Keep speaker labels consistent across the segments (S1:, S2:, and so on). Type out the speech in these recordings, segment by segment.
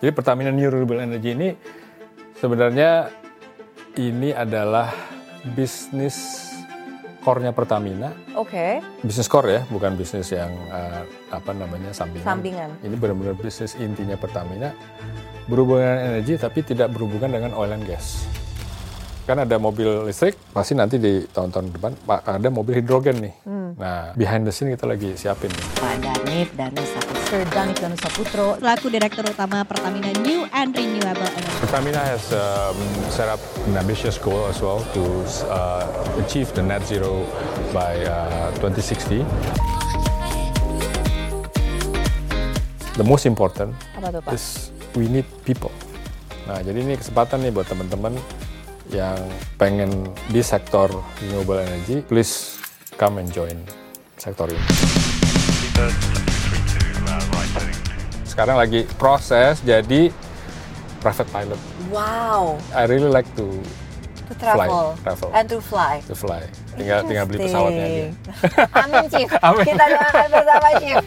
S1: Jadi Pertamina New Renewable Energy ini sebenarnya ini adalah bisnis core-nya Pertamina.
S2: Oke.
S1: Bisnis core ya, bukan bisnis yang eh, apa namanya sampingan.
S2: Sampingan.
S1: Ini benar-benar bisnis intinya Pertamina berhubungan dengan energi tapi tidak berhubungan dengan oil and gas. Kan ada mobil listrik, pasti nanti di tahun-tahun depan Pak, ada mobil hidrogen nih. Nah, behind the scene kita lagi siapin. nih.
S3: Pak Danif Danusa Putra.
S2: Sir Danif Danus Saputro.
S4: selaku Direktur Utama Pertamina New and Renewable Energy.
S1: Pertamina has um, set up an ambitious goal as well to uh, achieve the net zero by uh, 2060. The most important
S2: Apa tuh Pak?
S1: is we need people. Nah, jadi ini kesempatan nih buat teman-teman yang pengen di sektor renewable energy, please come and join sektor ini. Sekarang lagi proses jadi private pilot.
S2: Wow.
S1: I really like to
S2: To travel.
S1: Fly, travel.
S2: And to fly.
S1: to fly. Tinggal tinggal beli pesawatnya aja.
S2: Interesting. Amin Chief.
S1: Amin.
S2: Kita doakan bersama Chief.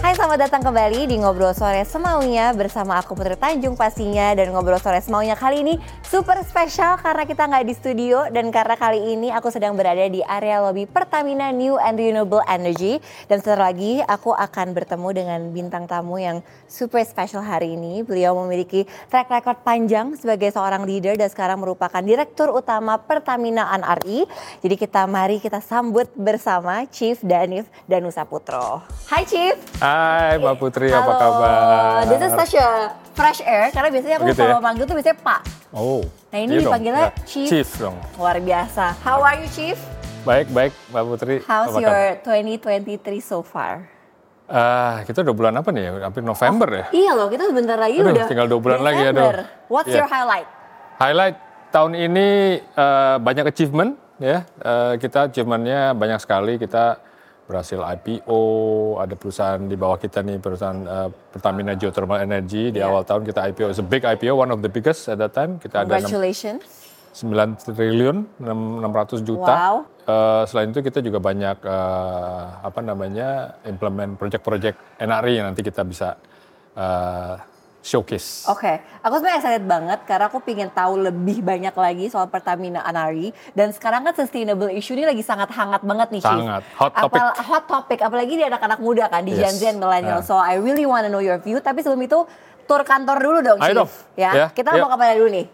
S2: Hai, selamat datang kembali di Ngobrol Sore Semaunya bersama aku Putri Tanjung pastinya dan Ngobrol Sore Semaunya kali ini super spesial karena kita nggak di studio dan karena kali ini aku sedang berada di area lobi Pertamina New and Renewable Energy dan sebentar lagi aku akan bertemu dengan bintang tamu yang super spesial hari ini. Beliau memiliki track record panjang sebagai seorang leader dan sekarang merupakan Direktur Utama Pertamina RI. Jadi kita mari kita sambut bersama Chief Danif Danusa Putro. Hai Chief.
S1: Hai Mbak Putri, apa
S2: Halo,
S1: kabar?
S2: This is such a fresh air karena biasanya aku
S1: Begitu
S2: kalau
S1: ya?
S2: manggil tuh biasanya Pak.
S1: Oh.
S2: Nah, ini
S1: iya dong,
S2: dipanggilnya
S1: ya.
S2: Chief.
S1: Chief dong.
S2: Luar biasa. How are you Chief?
S1: Baik, baik Mbak Putri.
S2: How's
S1: apa kabar?
S2: your 2023 so far?
S1: Ah, kita udah bulan apa nih ya? Hampir November ya.
S2: Iya loh, kita sebentar lagi
S1: Aduh,
S2: udah.
S1: tinggal dua bulan lagi,
S2: Desember.
S1: aduh.
S2: What's
S1: Iya.
S2: your highlight?
S1: Highlight tahun ini eh, banyak achievement ya. Eh, kita achievementnya banyak sekali. Kita berhasil IPO. Ada perusahaan di bawah kita nih perusahaan eh, Pertamina Geothermal Energy di
S2: Iya.
S1: awal tahun kita IPO. It's a big IPO, one of the biggest at that time. Kita ada enam-
S2: Congratulations.
S1: 9 triliun 600 juta.
S2: Wow.
S1: Eh, selain itu kita juga banyak eh, apa namanya implement project-project NRI yang nanti kita bisa eh, showcase.
S2: Oke, aku sebenarnya excited banget karena aku pingin tahu lebih banyak lagi soal Pertamina Anari dan sekarang kan sustainable issue ini lagi sangat hangat banget nih, Chief.
S1: Sangat. Hot topic.
S2: Apal- hot topic, apalagi di anak-anak muda kan, di Gen
S1: Yes.
S2: Z,
S1: Ah.
S2: millennial. So I really wanna know your view. Tapi sebelum itu tur kantor dulu dong, Chief.
S1: Ayo dong.
S2: Ya,
S1: Ya,
S2: kita
S1: yuk.
S2: mau kemana dulu nih?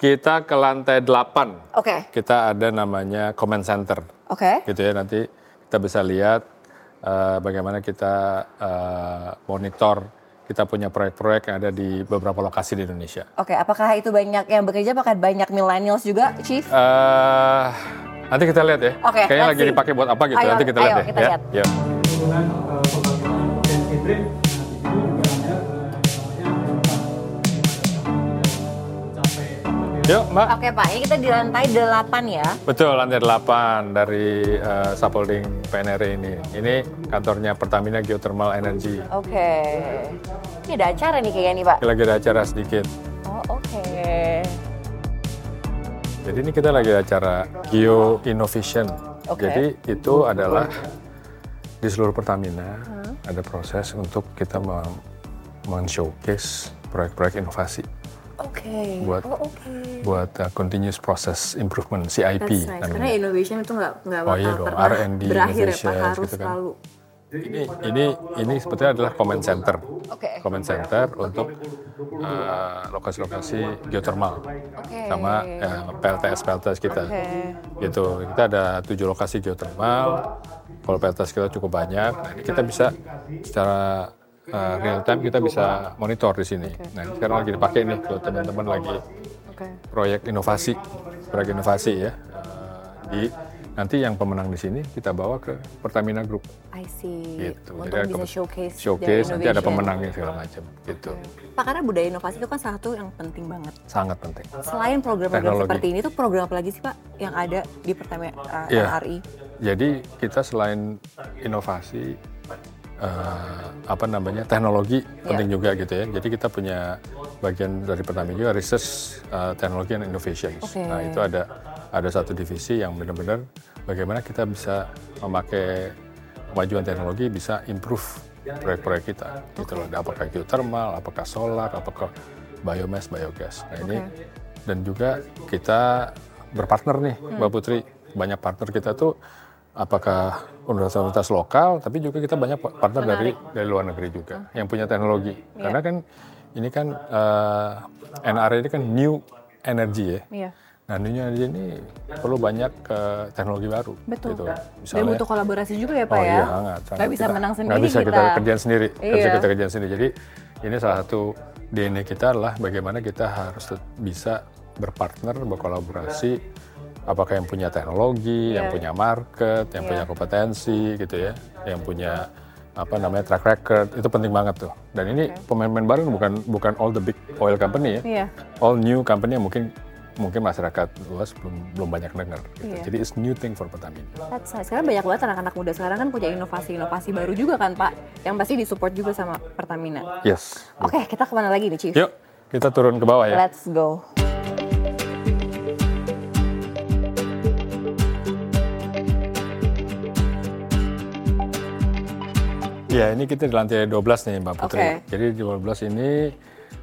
S1: Kita ke lantai 8.
S2: Oke,
S1: Kita ada namanya comment center.
S2: oke.
S1: Gitu ya nanti kita bisa lihat eh, bagaimana kita eh, monitor kita punya proyek-proyek yang ada di beberapa lokasi di Indonesia.
S2: Oke, apakah itu banyak yang bekerja? Apakah banyak millennials juga, Chief?
S1: eh nanti kita lihat ya.
S2: Oke,
S1: Kayaknya
S2: let's
S1: lagi
S2: see.
S1: dipakai buat apa gitu.
S2: Ayo,
S1: nanti kita
S2: ayo,
S1: lihat deh.
S2: kita
S1: ya.
S2: lihat.
S1: Ya.
S5: dengan eh, pembangunan potensi dream nah di situ juga ada eh, namanya harapan mencapai
S1: Yuk, Mbak.
S2: Oke, Pak. Ini kita di lantai 8 ya.
S1: Betul, lantai 8 dari eh, Sapolding PNR ini. Ini kantornya Pertamina Geothermal Energy.
S2: Oke. Ini ada acara nih kayaknya nih, Pak.
S1: Kita lagi ada acara sedikit.
S2: Oh, oke.
S1: Jadi ini kita lagi ada acara Geo Innovation.
S2: Oke.
S1: Jadi itu adalah di seluruh Pertamina ada proses untuk kita mem- men-showcase proyek-proyek inovasi.
S2: Oke.
S1: Buat-
S2: oh, oke.
S1: buat uh, continuous process improvement CIP
S2: That's nice. Karena
S1: namanya.
S2: innovation itu nggak nggak
S1: kan. Oh
S2: bakal
S1: iya dong,
S2: pernah
S1: R&D,
S2: berakhir ya
S1: innovation,
S2: Pak, harus
S1: gitu kan.
S2: selalu.
S1: Ini ini ini sebetulnya adalah comment center.
S2: Oke.
S1: Comment center untuk uh, lokasi-lokasi geothermal
S2: Oke.
S1: sama uh, PLTS PLTS kita.
S2: Oke.
S1: Gitu. Kita ada tujuh lokasi geothermal. Kalau PLTS kita cukup banyak, nah, ini kita bisa secara uh, real time kita bisa monitor di sini. Nah, ini sekarang lagi dipakai nih buat teman-teman lagi
S2: Oke.
S1: proyek inovasi, proyek inovasi ya eh, di Nanti yang pemenang di sini kita bawa ke Pertamina Group
S2: I see.
S1: gitu.
S2: Iya, Untuk
S1: Jadi ada
S2: bisa
S1: kompet-
S2: showcase. their
S1: showcase nanti ada
S2: innovation.
S1: pemenangnya segala macam gitu.
S2: Pak, karena budaya inovasi itu kan salah satu yang penting banget.
S1: Sangat penting.
S2: Selain program-program
S1: Teknologi.
S2: seperti ini, tuh program apa lagi sih Pak yang ada di Pertamina uh,
S1: Iya.
S2: RI?
S1: Jadi kita selain inovasi eh, apa namanya teknologi penting juga gitu ya. Jadi kita punya bagian dari Pertamina juga research eh, teknologi and innovations.
S2: Oke.
S1: Nah itu ada ada satu divisi yang benar-benar bagaimana kita bisa memakai kemajuan teknologi bisa improve proyek-proyek kita. Gitu loh. Apakah geothermal, apakah solar, apakah biomass, biogas. Nah ini dan juga kita berpartner nih, Mbak Putri. Banyak partner kita tuh apakah universitas lokal, tapi juga kita banyak pa- partner dari dari luar negeri juga yang punya teknologi. Karena kan ini kan eh, NR ini kan new energy ya.
S2: Iya.
S1: Nah, new energy ini perlu banyak eh, teknologi baru.
S2: Betul.
S1: gitu.
S2: Dan
S1: Misalnya-
S2: butuh kolaborasi juga ya Pak
S1: Oh
S2: ya.
S1: iya, nggak.
S2: Nggak bisa menang sendiri
S1: Nggak bisa kita,
S2: kita.
S1: kerjaan sendiri. Nggak bisa
S2: Iya.
S1: kita kerjaan sendiri. Jadi ini salah satu DNA kita adalah bagaimana kita harus tet- bisa berpartner, berkolaborasi. Apakah yang punya
S2: Iya.
S1: teknologi, yang punya market, yang punya kompetensi gitu ya, yang punya apa namanya track record itu penting banget tuh. Dan ini pemain-pemain baru bukan bukan all the big oil company ya,
S2: Iya.
S1: all new company yang mungkin mungkin masyarakat luas belum belum banyak dengar. Gitu.
S2: Iya.
S1: Jadi it's new thing for Pertamina.
S2: That's right. Sekarang banyak banget anak-anak muda sekarang kan punya inovasi-inovasi baru juga kan Pak, yang pasti disupport juga sama Pertamina.
S1: Yes.
S2: Oke, kita kemana lagi nih Chief?
S1: Yuk, kita turun ke bawah ya.
S2: Let's go.
S1: Ya, ini kita di lantai 12 nih Mbak Putri.
S2: Oke.
S1: Jadi di 12 ini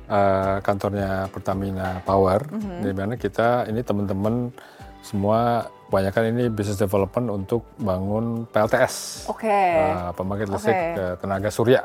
S1: eh, kantornya Pertamina Power,
S2: Mhm.
S1: di mana kita ini teman-teman semua kebanyakan ini business development untuk bangun PLTS.
S2: Oke.
S1: Eh, pembangkit listrik
S2: Oke.
S1: eh, tenaga surya.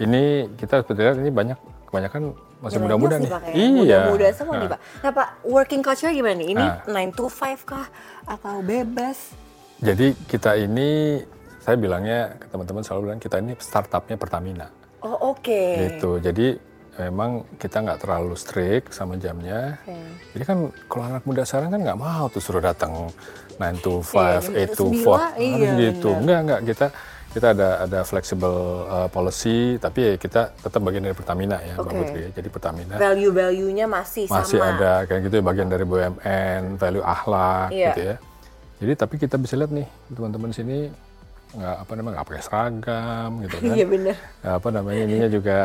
S1: Ini kita seperti lihat ini banyak kebanyakan masih
S2: Millennials
S1: muda-muda
S2: nih,
S1: nih. Iya.
S2: Pak, ya? Muda-muda semua nih
S1: Nah,
S2: Pak. Nah Pak, working culture gimana nih? Ini
S1: Nah.
S2: 9 to 5 kah? Atau bebas?
S1: Jadi kita ini saya bilangnya ke teman-teman selalu bilang kita ini startupnya Pertamina.
S2: Oh oke.
S1: gitu jadi memang kita nggak terlalu strict sama jamnya jadi kan kalau anak muda sekarang kan nggak mau tuh suruh datang 9 to 5,
S2: Iya,
S1: 8 to
S2: sembilan,
S1: 4
S2: iya,
S1: gitu nggak nggak kita kita ada ada flexible uh, policy tapi ya kita tetap bagian dari Pertamina ya Mbak
S2: Oke.
S1: Putri ya. jadi Pertamina
S2: Value-value-nya masih,
S1: masih
S2: sama.
S1: ada kayak gitu ya bagian dari BUMN, value akhlak
S2: Iya.
S1: gitu ya. Jadi tapi kita bisa lihat nih teman-teman sini nggak apa namanya nggak pakai seragam gitu kan.
S2: Iya, bener.
S1: Nah, apa namanya ininya juga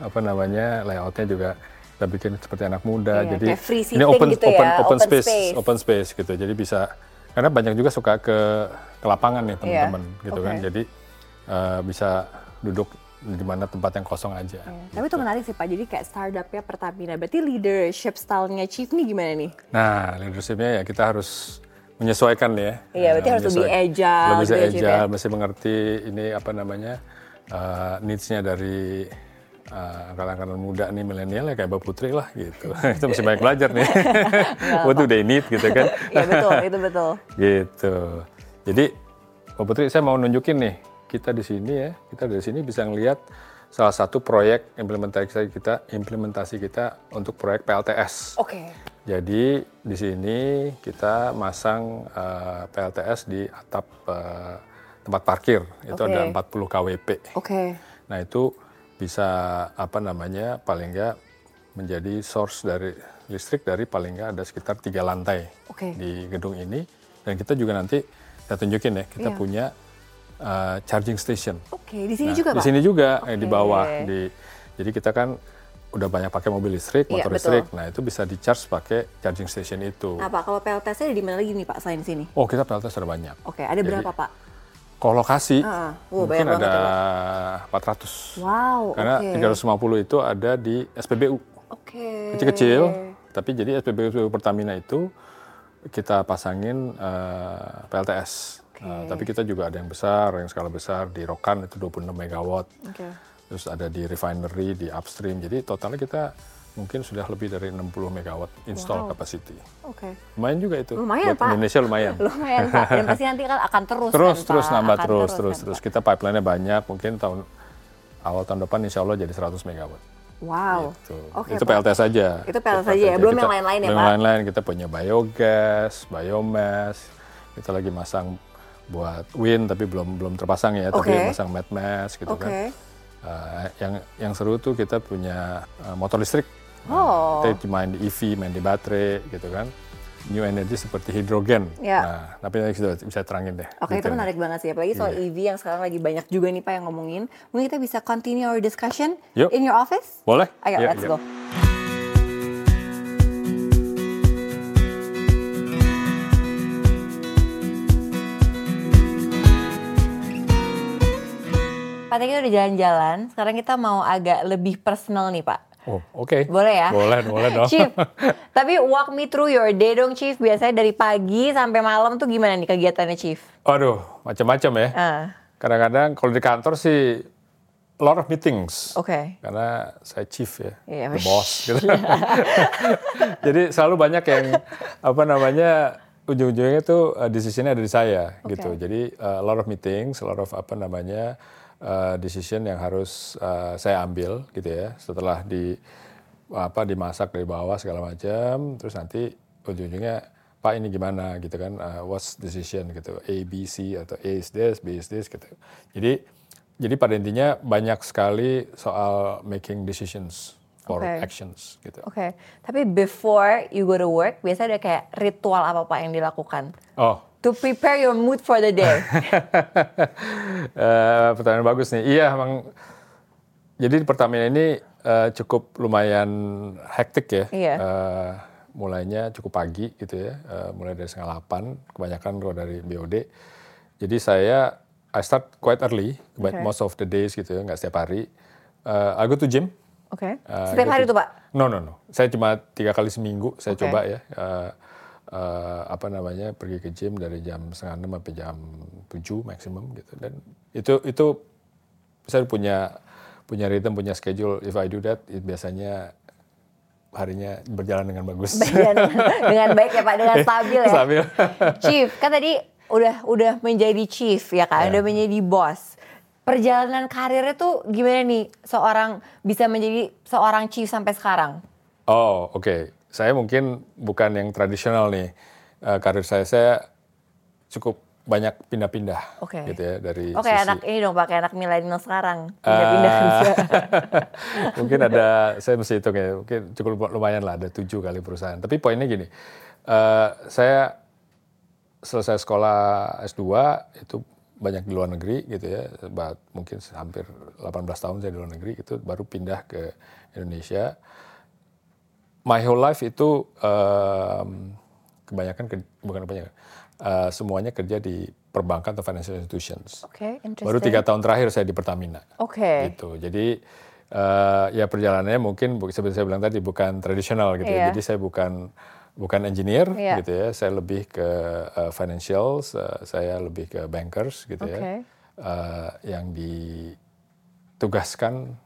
S1: apa namanya layoutnya juga kita bikin seperti anak muda.
S2: Iya,
S1: Jadi
S2: kayak free
S1: ini
S2: seating
S1: open
S2: gitu
S1: open,
S2: ya,
S1: open
S2: open
S1: space,
S2: space.
S1: open space gitu. Jadi bisa karena banyak juga suka ke, ke lapangan nih teman-teman
S2: Iya,
S1: gitu
S2: oke.
S1: kan. Jadi eh, bisa duduk di mana tempat yang kosong aja.
S2: Tapi itu menarik sih Pak, jadi kayak startupnya Pertamina. Berarti leadership style-nya Chief nih gimana nih?
S1: Nah, leadershipnya ya kita harus menyesuaikan ya.
S2: Iya, berarti
S1: Nah,
S2: harus lebih
S1: menyesuaikan.
S2: agile
S1: Lebih
S2: gitu ya, Chief,
S1: agile,
S2: ya?
S1: mesti mengerti ini apa namanya uh, needs-nya dari uh, angkatan-angkatan muda nih milenial ya kayak Mbak Putri lah gitu. Itu mesti banyak belajar nih. What do they need gitu kan?
S2: Iya betul, itu betul.
S1: gitu. Jadi Mbak Putri saya mau nunjukin nih kita di sini ya, kita dari sini bisa ngelihat salah satu proyek implementasi kita implementasi kita untuk proyek PLTS.
S2: Oke.
S1: Jadi di sini kita masang eh, PLTS di atap eh, tempat parkir. Itu
S2: Oke.
S1: ada 40 KWP.
S2: Oke.
S1: Nah, itu bisa apa namanya? paling nggak menjadi source dari listrik dari paling nggak ada sekitar tiga lantai
S2: Oke.
S1: di gedung ini dan kita juga nanti saya tunjukin ya, kita
S2: Iya.
S1: punya eh, charging station.
S2: Oke, di
S1: Nah,
S2: sini juga
S1: di
S2: Pak?
S1: sini juga eh, di
S2: Oke.
S1: bawah di jadi kita kan udah banyak pakai mobil listrik,
S2: Iya,
S1: motor
S2: betul.
S1: listrik. Nah, itu bisa di-charge pakai charging station itu.
S2: Nah Pak, kalau PLTS-nya ada di mana lagi nih Pak selain sini?
S1: Oh, kita PLTS sudah banyak.
S2: Oke, ada
S1: Jadi,
S2: berapa Pak?
S1: Kalau lokasi
S2: Ah, wow,
S1: mungkin
S2: banyak
S1: ada
S2: banget
S1: 400.
S2: Wow,
S1: Karena
S2: oke.
S1: 350 itu ada di SPBU.
S2: Oke.
S1: Kecil-kecil, tapi jadi SPBU Pertamina itu kita pasangin eh, PLTS. Eh, tapi kita juga ada yang besar, yang skala besar di Rokan itu 26 megawatt.
S2: Oke.
S1: terus ada di refinery, di upstream. Jadi totalnya kita mungkin sudah lebih dari 60 megawatt install capacity.
S2: Oke.
S1: Lumayan juga itu.
S2: Lumayan,
S1: Buat
S2: Pak.
S1: Indonesia lumayan.
S2: Lumayan Pak, dan pasti nanti kan akan terus
S1: Terus
S2: kan,
S1: terus
S2: Pak?
S1: nambah
S2: Akan
S1: terus terus
S2: kan,
S1: terus.
S2: Pak?
S1: Kita pipeline-nya banyak, mungkin tahun awal tahun depan insya Allah jadi 100 megawatt.
S2: Wow.
S1: Gitu.
S2: Oke,
S1: itu
S2: Pak.
S1: PLT saja.
S2: Itu PLTS saja ya, belum yang lain-lain ya,
S1: belum
S2: Pak?
S1: lain-lain kita punya biogas, biomass, Kita lagi masang buat Win tapi belum belum terpasang ya, tapi
S2: Oke.
S1: masang Mad Max gitu
S2: Oke.
S1: kan. Eh, yang yang seru tuh kita punya eh, motor listrik.
S2: Oh.
S1: Kita main di EV, main di baterai gitu kan. New energy seperti hidrogen.
S2: Ya.
S1: Nah, tapi nanti kita bisa terangin deh.
S2: Oke, itu
S1: detailnya.
S2: menarik banget sih. Apalagi soal
S1: Gitu. Iya.
S2: EV yang sekarang lagi banyak juga nih Pak yang ngomongin. Mungkin kita bisa continue our discussion
S1: Yuk.
S2: in your office?
S1: Boleh?
S2: Ayo,
S1: Iya,
S2: let's
S1: iya.
S2: go. Pak tadi kita udah jalan-jalan, sekarang kita mau agak lebih personal nih Pak.
S1: Oh, oke.
S2: Boleh ya?
S1: Boleh, boleh dong.
S2: Chief, tapi walk me through your day dong Chief. Biasanya dari pagi sampai malam tuh gimana nih kegiatannya Chief?
S1: Waduh, macam-macam ya.
S2: Ah,
S1: Kadang-kadang kalau di kantor sih a lot of meetings.
S2: Oke.
S1: Karena saya chief ya,
S2: Iya,
S1: the
S2: wih.
S1: boss gitu. Jadi selalu banyak yang apa namanya ujung-ujungnya tuh eh, decision-nya ada di saya
S2: Oke.
S1: gitu. Jadi eh, a lot of meetings, a lot of apa namanya eh, decision yang harus eh, saya ambil gitu ya. Setelah di apa dimasak dari bawah segala macam, terus nanti ujung-ujungnya Pak ini gimana gitu kan, eh, what's decision gitu, A, B, C atau A is this, B is this gitu. Jadi jadi pada intinya banyak sekali soal making decisions for
S2: Oke.
S1: actions gitu.
S2: Oke, tapi before you go to work, biasanya ada kayak ritual apa pak yang dilakukan
S1: Oh,
S2: to prepare your mood for the day?
S1: Eh, pertanyaan bagus nih. Iya, emang. Jadi di Pertamina ini eh, cukup lumayan hektik ya.
S2: Iya.
S1: Eh, mulainya cukup pagi gitu ya. Eh, mulai dari setengah delapan, kebanyakan kalau dari BOD. Jadi saya I start quite early, but
S2: Oke.
S1: most of the days gitu ya, nggak setiap hari. Eh, I go to gym.
S2: Oke,
S1: Eh,
S2: setiap
S1: gitu.
S2: hari tuh pak?
S1: No no no, saya cuma tiga kali seminggu saya
S2: Oke.
S1: coba ya. Eh, eh, apa namanya pergi ke gym dari jam setengah enam sampai jam tujuh maksimum gitu dan itu itu saya punya punya rhythm punya schedule if I do that it biasanya harinya berjalan dengan bagus
S2: Dengan, dengan baik ya pak, dengan stabil ya.
S1: Stabil.
S2: Chief, kan tadi udah udah menjadi chief ya kan,
S1: Iya.
S2: udah menjadi bos. Perjalanan karirnya tuh gimana nih seorang bisa menjadi seorang chief sampai sekarang?
S1: Oh, oke. Saya mungkin bukan yang tradisional nih. Eh, karir saya saya cukup banyak pindah-pindah
S2: Oke.
S1: gitu ya dari
S2: Oke,
S1: sisi
S2: anak ini dong pak, kayak anak milenial sekarang pindah-pindah kerja.
S1: Ah. mungkin ada saya mesti hitung ya mungkin cukup lumayan lah ada tujuh kali perusahaan tapi poinnya gini eh, saya selesai sekolah S2 itu banyak di luar negeri gitu ya about- mungkin hampir 18 tahun saya di luar negeri itu baru pindah ke Indonesia my whole life itu em, kebanyakan ke- bukan kebanyakan eh, semuanya kerja di perbankan atau financial institutions
S2: Oke, interesting.
S1: baru tiga tahun terakhir saya di Pertamina
S2: Oke.
S1: gitu. Jadi eh, ya perjalanannya mungkin bu- seperti saya bilang tadi bukan tradisional gitu. ya.
S2: Iya.
S1: Jadi saya bukan bukan engineer
S2: Iya.
S1: gitu ya. Saya lebih ke eh, financials, eh, saya lebih ke bankers gitu
S2: Oke.
S1: ya. Eh, yang ditugaskan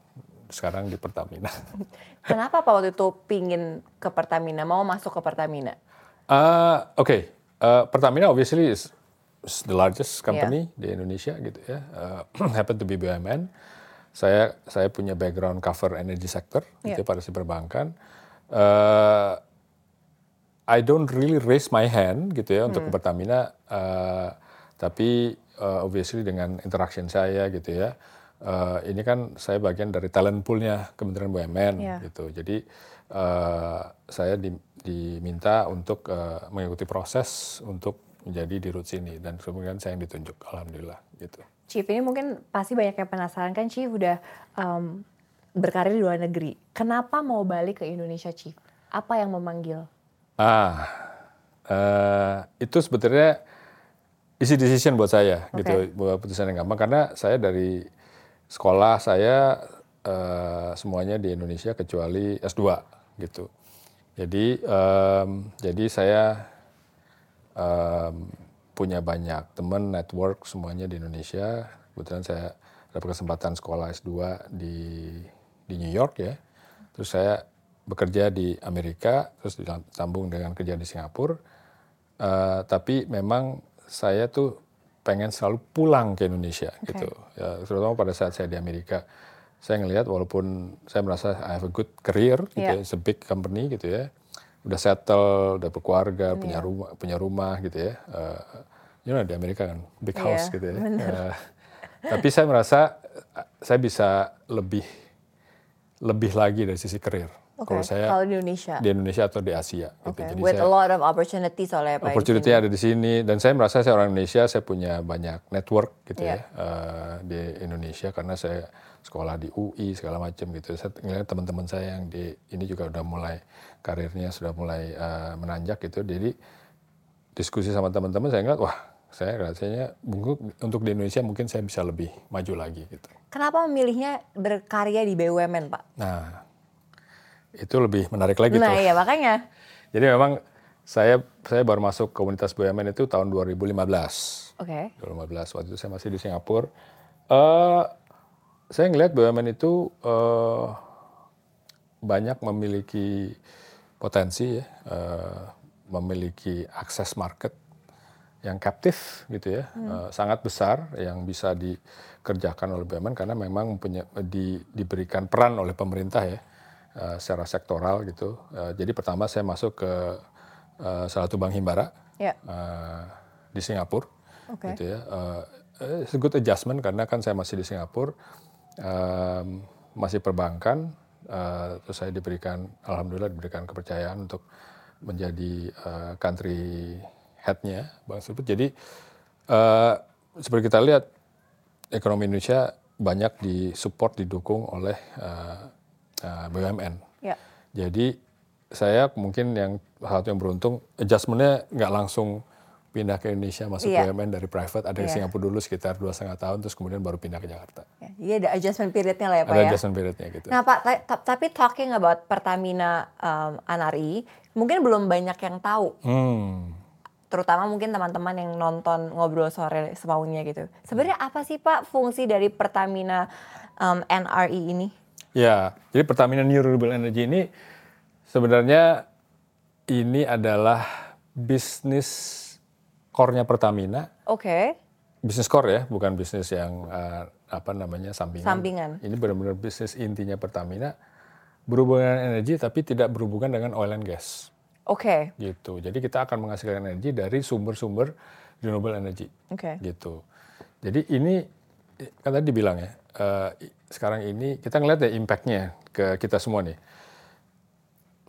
S1: sekarang di Pertamina.
S2: Kenapa Pak waktu itu pingin ke Pertamina, mau masuk ke Pertamina?
S1: Eh, Oke, Eh, Pertamina obviously is, is the largest company di Indonesia gitu ya. Eh, happen to be BUMN. Saya saya punya background cover energy sector gitu ya,
S2: Iya.
S1: pada si perbankan. Eh, I don't really raise my hand gitu ya untuk ke Pertamina, eh, tapi eh, obviously dengan interaction saya gitu ya, eh, ini kan saya bagian dari talent poolnya Kementerian BUMN
S2: Iya.
S1: gitu, jadi eh, saya di- diminta untuk eh, mengikuti proses untuk menjadi di root sini dan kemudian saya yang ditunjuk, alhamdulillah gitu.
S2: Chief ini mungkin pasti banyak yang penasaran kan Chief udah em, berkarir di luar negeri. Kenapa mau balik ke Indonesia Chief? Apa yang memanggil?
S1: Ah, eh, itu sebetulnya easy decision buat saya
S2: Oke.
S1: gitu, buat keputusan yang gampang karena saya dari sekolah saya eh, semuanya di Indonesia kecuali S2 gitu. Jadi em, jadi saya em, punya banyak teman network semuanya di Indonesia. Kebetulan saya dapat kesempatan sekolah S2 di di New York ya. Terus saya bekerja di Amerika, terus disambung dengan kerja di Singapura. Eh, tapi memang saya tuh pengen selalu pulang ke Indonesia gitu. Ya, terutama pada saat saya di Amerika. Saya ngelihat walaupun saya merasa I have a good career gitu ya,
S2: Iya.
S1: it's a big company
S2: Iya.
S1: gitu ya udah settle udah berkeluarga punya rumah punya rumah gitu ya Eh, you know di Amerika kan big house
S2: Iya,
S1: gitu ya. Eh, tapi saya merasa eh, saya bisa lebih lebih lagi dari sisi karir.
S2: Oke,
S1: Kalau saya
S2: kalau di Indonesia.
S1: di Indonesia atau di Asia gitu.
S2: Oke,
S1: Jadi
S2: With
S1: saya
S2: a lot of opportunities oleh Pak
S1: opportunity
S2: Izin.
S1: ada di sini dan saya merasa saya orang Indonesia saya punya banyak network gitu
S2: Iya.
S1: ya eh, di Indonesia karena saya sekolah di UI segala macam gitu saya ngeliat teman-teman saya yang di ini juga udah mulai karirnya sudah mulai eh, menanjak gitu jadi diskusi sama teman-teman saya ngeliat wah saya rasanya mungkin untuk di Indonesia mungkin saya bisa lebih maju lagi gitu
S2: Kenapa memilihnya berkarya di BUMN Pak?
S1: nah itu lebih menarik lagi
S2: Nah
S1: tuh
S2: iya makanya.
S1: jadi memang saya saya baru masuk komunitas BUMN itu tahun 2015
S2: Oke.
S1: 2015 waktu itu saya masih di Singapura. Eh, saya ngelihat BUMN itu eh, banyak memiliki potensi, ya, eh, memiliki akses market yang kaptif gitu ya, eh, sangat besar yang bisa dikerjakan oleh BUMN karena memang punya, di- diberikan peran oleh pemerintah ya eh, secara sektoral gitu. Eh, jadi pertama saya masuk ke eh, salah satu bank Himbara
S2: Ya.
S1: eh, di Singapura,
S2: Oke.
S1: gitu ya. Eh, eh, it's a good adjustment karena kan saya masih di Singapura, em, masih perbankan, eh, terus saya diberikan, alhamdulillah diberikan kepercayaan untuk menjadi eh, country headnya Bank Singapura. Jadi eh, seperti kita lihat ekonomi Indonesia banyak disupport didukung oleh eh, eh, BUMN.
S2: Ya.
S1: Jadi saya mungkin yang salah satu yang beruntung adjustmentnya nggak langsung pindah ke Indonesia masuk
S2: Iya.
S1: BUMN dari private ada di
S2: Iya.
S1: Singapura dulu sekitar dua setengah tahun terus kemudian baru pindah ke Jakarta
S2: Ya, Jadi ada adjustment periodnya lah ya Pak
S1: ada
S2: ya.
S1: adjustment periodnya gitu.
S2: Nah Pak, ta- ta- tapi talking about Pertamina um, Anari, mungkin belum banyak yang tahu
S1: Hmm.
S2: terutama mungkin teman-teman yang nonton ngobrol sore semaunya gitu. Sebenarnya apa sih Pak fungsi dari Pertamina um, NRE ini?
S1: Ya, jadi Pertamina New Renewable Energy ini sebenarnya ini adalah bisnis core-nya Pertamina
S2: Oke,
S1: bisnis core ya, bukan bisnis yang eh, apa namanya sampingan.
S2: Sampingan.
S1: Ini benar-benar bisnis intinya Pertamina berhubungan dengan energi tapi tidak berhubungan dengan oil and gas
S2: oke,
S1: gitu. Jadi kita akan menghasilkan energi dari sumber-sumber renewable energy
S2: oke,
S1: gitu. Jadi ini eh, kan tadi dibilang ya, eh, i- sekarang ini kita ngeliat ya impact-nya ke kita semua nih.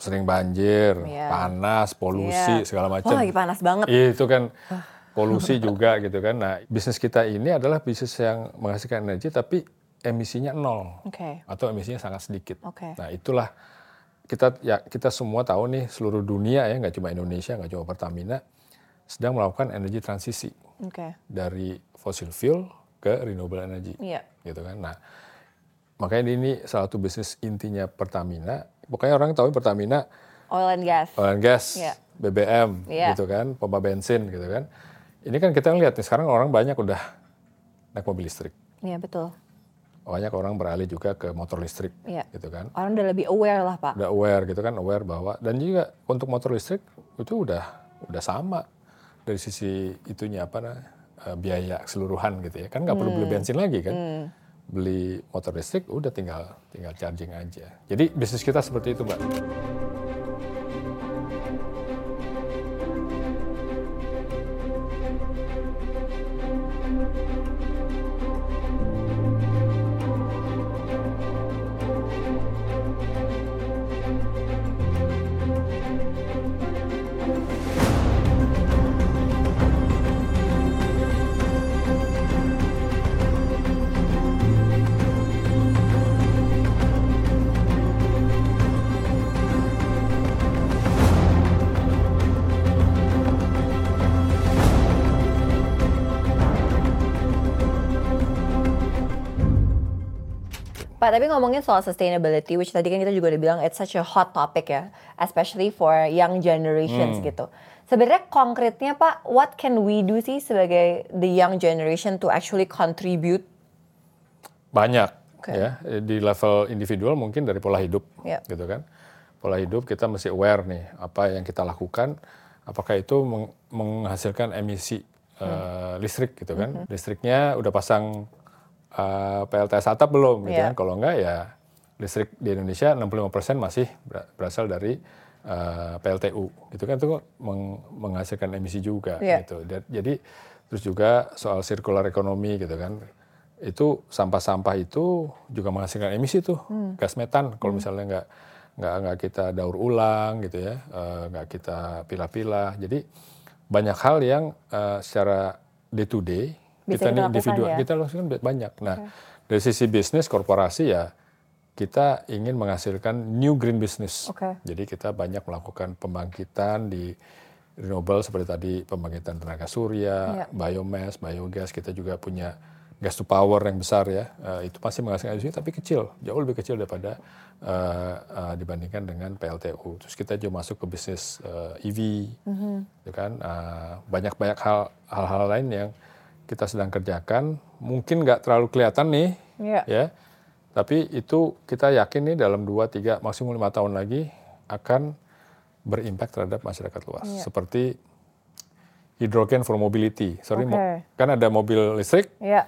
S1: Sering banjir,
S2: Iya.
S1: panas, polusi
S2: Iya.
S1: segala macam.
S2: Wah lagi panas banget.
S1: Iya, itu kan polusi juga gitu kan. Nah, bisnis kita ini adalah bisnis yang menghasilkan energi tapi emisinya nol
S2: Oke,
S1: atau emisinya sangat sedikit.
S2: Oke.
S1: Nah, itulah kita ya kita semua tahu nih seluruh dunia ya nggak cuma Indonesia, nggak cuma Pertamina sedang melakukan energi transisi
S2: oke,
S1: dari fossil fuel ke renewable energy
S2: iya,
S1: gitu kan. Nah, makanya ini salah satu bisnis intinya Pertamina. Pokoknya orang tahu Pertamina
S2: oil and gas.
S1: oil and gas,
S2: Iya.
S1: BBM,
S2: Iya.
S1: gitu kan, pompa bensin, gitu kan. Ini kan kita lihat nih sekarang orang banyak udah naik mobil listrik,
S2: Iya betul.
S1: banyak orang beralih juga ke motor listrik,
S2: Iya.
S1: gitu kan.
S2: Orang udah lebih aware lah Pak.
S1: Udah aware gitu kan, aware bahwa dan juga untuk motor listrik itu udah udah sama dari sisi itunya apa nah, eh, biaya keseluruhan gitu ya kan nggak perlu beli bensin lagi kan beli motor listrik udah tinggal tinggal charging aja jadi bisnis kita seperti itu mbak
S2: Pak, tapi ngomongin soal sustainability, which tadi kan kita juga udah bilang it's such a hot topic ya, especially for young generations gitu. Sebenarnya konkretnya Pak, what can we do sih sebagai the young generation to actually contribute?
S1: banyak
S2: Oke.
S1: ya Eh, di level individual mungkin dari pola hidup
S2: Ya.
S1: gitu kan pola hidup kita mesti aware nih apa yang kita lakukan apakah itu meng- menghasilkan emisi
S2: Hmm.
S1: eh, listrik gitu kan listriknya udah pasang eh, PLTS atap belum gitu kan
S2: Ya.
S1: kalau enggak ya listrik di Indonesia 65% masih ber- berasal dari eh, PLTU gitu kan itu meng- menghasilkan emisi juga
S2: Ya.
S1: gitu Dan- jadi Terus juga soal circular ekonomi gitu kan. Itu sampah-sampah itu juga menghasilkan emisi tuh
S2: Hmm.
S1: gas metan kalau misalnya nggak nggak nggak kita daur ulang gitu ya, eh, nggak kita pilah-pilah. Jadi banyak hal yang eh, secara day to day kita
S2: Bisa kita
S1: nih
S2: lakukan
S1: individu
S2: ya.
S1: kita lakukan banyak. Nah dari sisi bisnis korporasi ya kita ingin menghasilkan new green business.
S2: Oke.
S1: Jadi kita banyak melakukan pembangkitan di renewable seperti tadi pembangkitan tenaga surya,
S2: Iya.
S1: biomass, biogas. Kita juga punya gas to power yang besar ya. Eh, itu pasti menghasilkan energi tapi kecil, jauh lebih kecil daripada eh, eh, dibandingkan dengan PLTU. Terus kita juga masuk ke bisnis eh, EV, gitu kan Eh, banyak-banyak hal- hal-hal lain yang kita sedang kerjakan. Mungkin nggak terlalu kelihatan nih,
S2: Iya.
S1: ya. Tapi itu kita yakin nih dalam 2, 3, maksimum lima tahun lagi akan berimpak terhadap masyarakat luas.
S2: Iya.
S1: Seperti hydrogen for mobility. Sorry, mo-
S2: Oke.
S1: kan ada mobil listrik,
S2: Iya.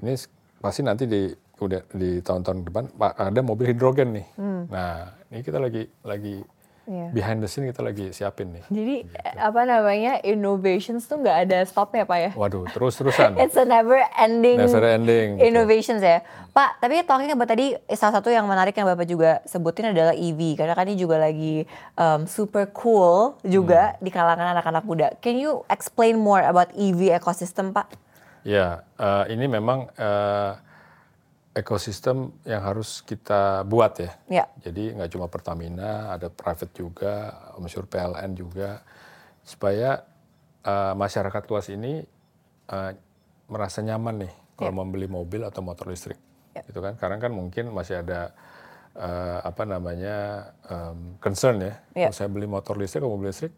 S1: ini s- pasti nanti di udah di tahun-tahun depan pa- ada mobil hidrogen nih. Nah, ini kita lagi lagi
S2: Hmm. Iya.
S1: behind the scene kita lagi siapin nih.
S2: Jadi eh, apa namanya innovations tuh nggak ada stopnya pak ya?
S1: Waduh, terus-terusan.
S2: It's a never ending.
S1: Never ending, betul.
S2: Innovations ya. Pak, tapi talking about tadi eh, salah satu yang menarik yang Bapak juga sebutin adalah EV karena kan ini juga lagi um, super cool
S1: Hmm.
S2: juga di kalangan anak-anak muda. Can you explain more about EV ecosystem, Pak?
S1: Ya, eh, ini memang eh, ekosistem yang harus kita buat ya.
S2: Ya.
S1: Jadi nggak cuma Pertamina, ada private juga, unsur PLN juga, supaya eh, masyarakat luas ini eh, merasa nyaman nih kalau
S2: Ya.
S1: membeli mobil atau motor listrik, gitu kan? Karena kan mungkin masih ada eh, apa namanya em, concern ya.
S2: Ya.
S1: Kalau saya beli motor listrik, kalau mobil listrik,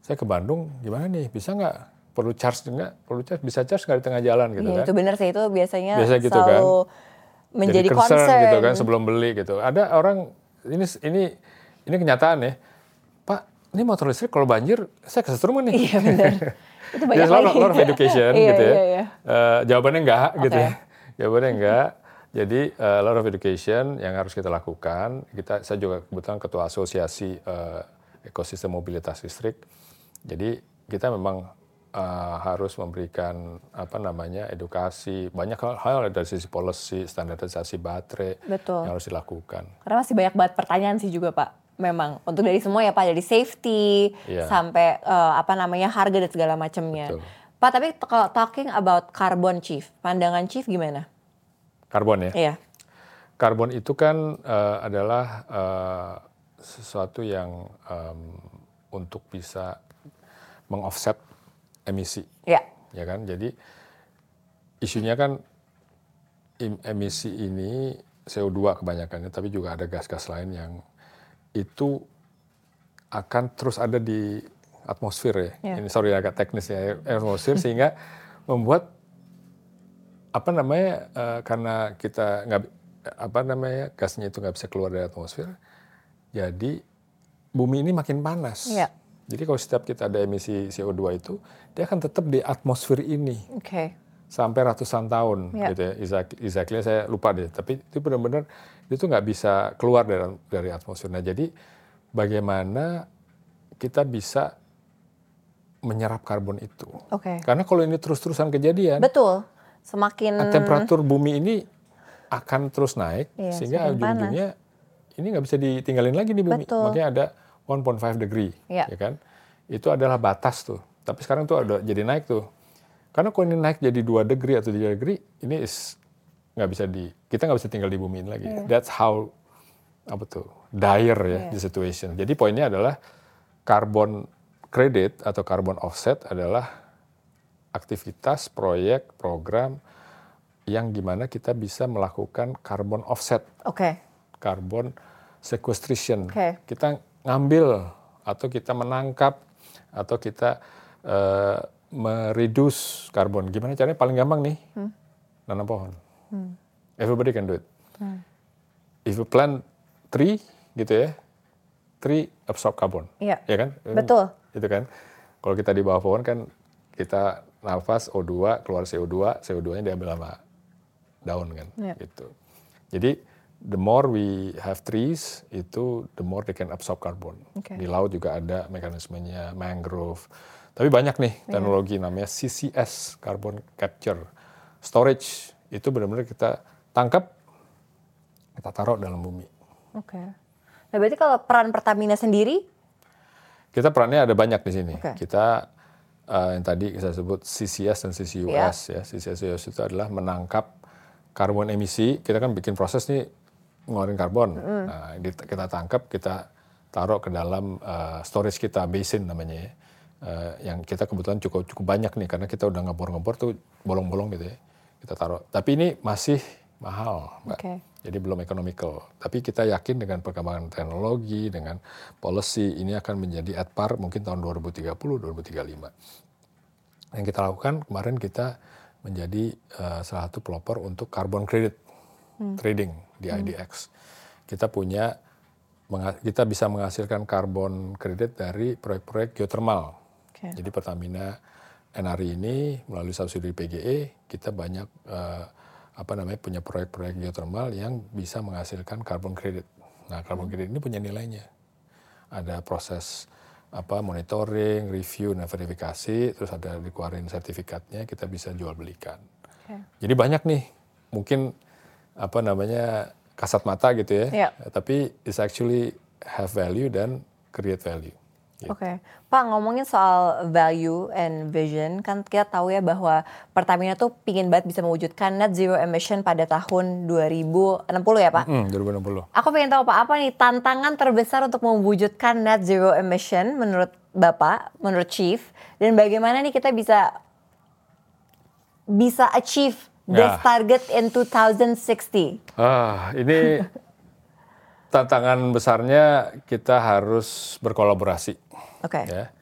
S1: saya ke Bandung gimana nih? Bisa nggak? Perlu charge nggak? Perlu charge? Bisa charge nggak di tengah jalan gitu
S2: Iya,
S1: kan?
S2: itu benar sih itu biasanya
S1: Biasanya gitu kan.
S2: selalu menjadi concern,
S1: gitu kan sebelum beli gitu. Ada orang ini ini ini kenyataan ya. Pak, ini motor listrik kalau banjir saya kesetrum nggak nih.
S2: Iya benar. Itu
S1: Jadi
S2: banyak
S1: selalu
S2: lagi.
S1: Iya, lot of education
S2: Iya,
S1: gitu ya.
S2: iya, iya.
S1: Eh, jawabannya enggak gitu
S2: Oke.
S1: ya. Jawabannya enggak. Jadi eh, lot of education yang harus kita lakukan. Kita saya juga kebetulan ketua asosiasi eh, ekosistem mobilitas listrik. Jadi kita memang eh, harus memberikan apa namanya edukasi banyak hal-hal dari sisi policy standarisasi baterai
S2: Betul.
S1: yang harus dilakukan.
S2: Karena masih banyak banget pertanyaan sih juga Pak. Memang untuk dari semua ya Pak, dari safety
S1: Iya.
S2: sampai eh, apa namanya harga dan segala macamnya.
S1: Betul.
S2: Pak, tapi t- kalau talking about carbon chief, pandangan chief gimana?
S1: Karbon ya.
S2: Iya.
S1: Karbon itu kan eh, adalah eh, sesuatu yang em, untuk bisa mengoffset emisi,
S2: Iya.
S1: ya kan? Jadi isunya kan im- emisi ini CO2 kebanyakannya, tapi juga ada gas-gas lain yang itu akan terus ada di atmosfer ya. Ini sorry agak teknis ya atmosfer sehingga membuat apa namanya eh, karena kita nggak apa namanya gasnya itu nggak bisa keluar dari atmosfer, jadi bumi ini makin panas.
S2: Iya.
S1: Jadi kalau setiap kita ada emisi CO2 itu, dia akan tetap di atmosfer ini
S2: Oke.
S1: sampai ratusan tahun
S2: Ya.
S1: gitu ya Exact- exactly saya lupa deh tapi itu benar-benar itu nggak bisa keluar dari dari atmosfer nah jadi bagaimana kita bisa menyerap karbon itu
S2: Oke.
S1: karena kalau ini terus-terusan kejadian
S2: Betul. Semakin
S1: Nah, temperatur bumi ini akan terus naik
S2: Iya,
S1: sehingga
S2: semakin
S1: ujung-ujungnya ini nggak bisa ditinggalin lagi di bumi.
S2: Betul.
S1: Makanya ada 1.5 degree,
S2: Iya.
S1: ya kan? Itu adalah batas tuh. Tapi sekarang tuh ada jadi naik tuh. Karena kalau ini naik jadi 2 degree atau 3 degree, ini is nggak bisa di kita nggak bisa tinggal di bumi ini lagi. That's how apa tuh dire ya the situation. Jadi poinnya adalah karbon kredit atau karbon offset adalah aktivitas, proyek, program yang gimana kita bisa melakukan carbon offset,
S2: Oke.
S1: carbon sequestration.
S2: Oke.
S1: Kita ngambil atau kita menangkap atau kita eh, mereduce karbon. Gimana caranya? Paling gampang nih,
S2: Hmm.
S1: nanam pohon. Everybody can do it.
S2: Hmm.
S1: If you plant tree, gitu ya, tree absorb carbon.
S2: Iya.
S1: Ya kan?
S2: Betul.
S1: Itu kan. Kalau kita di bawah pohon kan kita nafas O2 keluar CO2, CO2-nya diambil sama daun kan.
S2: Iya.
S1: Gitu. Jadi the more we have trees itu the more they can absorb carbon.
S2: Oke.
S1: Di laut juga ada mekanismenya mangrove. Tapi banyak nih teknologi namanya CCS, Carbon Capture Storage. Itu benar-benar kita tangkap, kita taruh dalam bumi.
S2: Oke. Nah berarti kalau peran Pertamina sendiri,
S1: Kita perannya ada banyak di sini.
S2: Oke.
S1: Kita eh, yang tadi saya sebut CCS dan CCUS ya. CCS CCUS itu adalah menangkap karbon emisi. Kita kan bikin proses nih ngeluarin karbon. Nah, di- kita tangkap, kita taruh ke dalam eh, storage kita basin namanya ya. Eh, yang kita kebetulan cukup cukup banyak nih karena kita udah ngebor-ngebor tuh bolong-bolong gitu ya. Kita taruh. Tapi ini masih mahal, Mbak.
S2: Oke.
S1: Jadi belum economical. Tapi kita yakin dengan perkembangan teknologi, dengan policy ini akan menjadi at par mungkin tahun 2030, 2035. Yang kita lakukan kemarin kita menjadi eh, salah satu pelopor untuk carbon credit trading di IDX. Kita punya menga- kita bisa menghasilkan carbon credit dari proyek-proyek geothermal.
S2: Oke.
S1: Jadi Pertamina NRI ini melalui subsidi PGE E, kita banyak eh, apa namanya punya proyek-proyek geothermal yang bisa menghasilkan carbon credit. Nah, carbon credit ini punya nilainya. Ada proses apa monitoring, review, dan verifikasi, terus ada dikeluarin sertifikatnya, kita bisa jual belikan. Jadi banyak nih, mungkin apa namanya kasat mata gitu ya,
S2: Iya.
S1: tapi it's actually have value dan create value. Gitu.
S2: Oke, Pak ngomongin soal value and vision, kan kita tahu ya bahwa Pertamina tuh pingin banget bisa mewujudkan net zero emission pada tahun 2060 ya Pak.
S1: Hmm, 2060.
S2: Aku pengen tahu Pak apa nih tantangan terbesar untuk mewujudkan net zero emission menurut Bapak, menurut Chief, dan bagaimana nih kita bisa bisa achieve this
S1: Ya.
S2: target in 2060?
S1: Ah, ini tantangan besarnya kita harus berkolaborasi,
S2: Oke,
S1: ya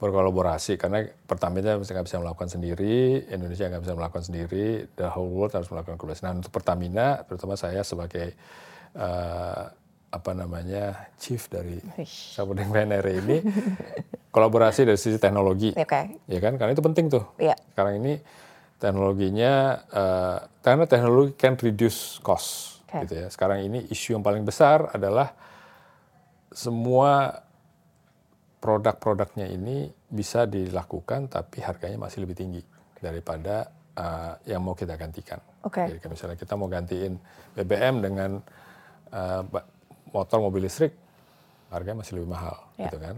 S1: berkolaborasi karena Pertamina mesti nggak bisa melakukan sendiri, Indonesia nggak bisa melakukan sendiri, the whole world harus melakukan kolaborasi. Nah untuk Pertamina, terutama saya sebagai eh, apa namanya chief dari
S2: Wish.
S1: Sabudeng PNR ini, kolaborasi dari sisi teknologi,
S2: oke,
S1: ya kan? Karena itu penting tuh.
S2: Iya.
S1: Sekarang ini teknologinya eh, karena teknologi can reduce cost
S2: Oke.
S1: gitu ya. Sekarang ini isu yang paling besar adalah semua produk-produknya ini bisa dilakukan tapi harganya masih lebih tinggi daripada eh, yang mau kita gantikan.
S2: Oke.
S1: Jadi kayak misalnya kita mau gantiin BBM dengan eh, ba- motor mobil listrik, harganya masih lebih mahal,
S2: Ya.
S1: gitu kan?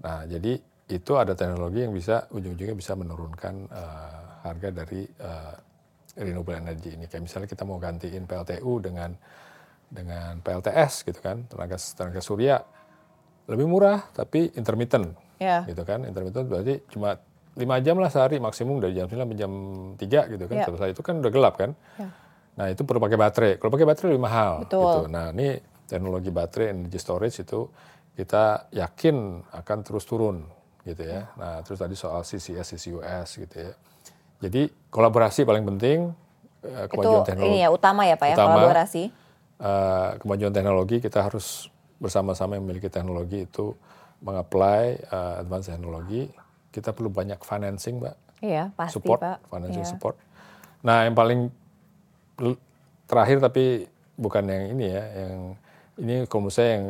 S1: Nah, jadi itu ada teknologi yang bisa ujung-ujungnya bisa menurunkan eh, harga dari eh, renewable energy ini. Kayak misalnya kita mau gantiin PLTU dengan dengan PLTS, gitu kan? Tenaga tenaga surya lebih murah tapi intermittent,
S2: Ya.
S1: gitu kan? Intermittent berarti cuma lima jam lah sehari maksimum dari jam 9 sampai jam 3 gitu kan
S2: Ya.
S1: setelah itu kan udah gelap kan nah itu perlu pakai baterai kalau pakai baterai lebih mahal
S2: Iya. Betul.
S1: gitu nah ini teknologi baterai energy storage itu kita yakin akan terus turun gitu ya
S2: Iya.
S1: nah terus tadi soal CCS CCUS gitu ya jadi kolaborasi paling penting eh,
S2: itu
S1: kemajuan teknologi
S2: ini ya utama ya Pak ya
S1: Utama.
S2: kolaborasi.
S1: eh, kemajuan teknologi kita harus bersama-sama yang memiliki teknologi itu mengapply eh, advanced teknologi kita perlu banyak financing mbak
S2: Iya pasti
S1: support
S2: Pak.
S1: financial
S2: Iya.
S1: support nah yang paling l- terakhir tapi bukan yang ini ya yang ini kalau menurut saya yang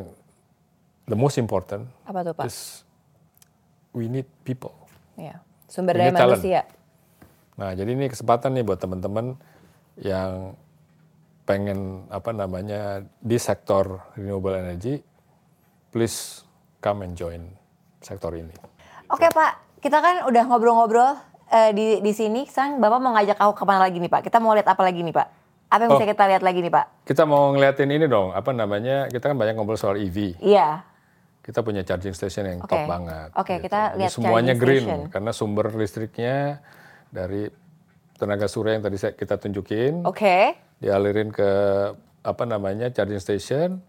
S1: the most important
S2: Apa tuh Pak?
S1: is we need people
S2: Iya. Sumber
S1: Ini
S2: daya
S1: talent.
S2: manusia.
S1: Nah, jadi ini kesempatan nih buat teman-teman yang pengen apa namanya di sektor renewable energy, please come and join sektor ini.
S2: Oke Pak, kita kan udah ngobrol-ngobrol eh, di di sini. Sekarang Bapak mau ngajak aku kemana lagi nih Pak? Kita mau lihat apa lagi nih Pak? Apa yang bisa
S1: Oh.
S2: kita lihat lagi nih Pak?
S1: Kita mau ngeliatin ini dong, apa namanya? Kita kan banyak ngobrol soal EV.
S2: Iya.
S1: Hmm. Kita punya charging station yang
S2: Oke.
S1: top banget.
S2: Oke, kita
S1: Jadi
S2: lihat
S1: semuanya
S2: charging
S1: green
S2: station.
S1: karena sumber listriknya dari tenaga surya yang tadi saya- kita tunjukin.
S2: Oke.
S1: dialirin ke apa namanya charging station,